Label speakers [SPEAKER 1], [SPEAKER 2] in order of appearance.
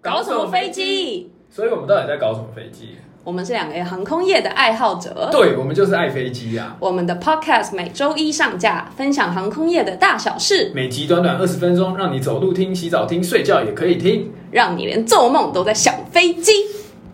[SPEAKER 1] 搞什么飞？机？
[SPEAKER 2] 所以我们到底在搞什么飞机？
[SPEAKER 1] 我们是两个航空业的爱好者。
[SPEAKER 2] 对，我们就是爱飞机啊！
[SPEAKER 1] 我们的 podcast 每周一上架，分享航空业的大小事，
[SPEAKER 2] 每集短短二十分钟，让你走路听、洗澡听、睡觉也可以听。
[SPEAKER 1] 让你连做梦都在想飞机。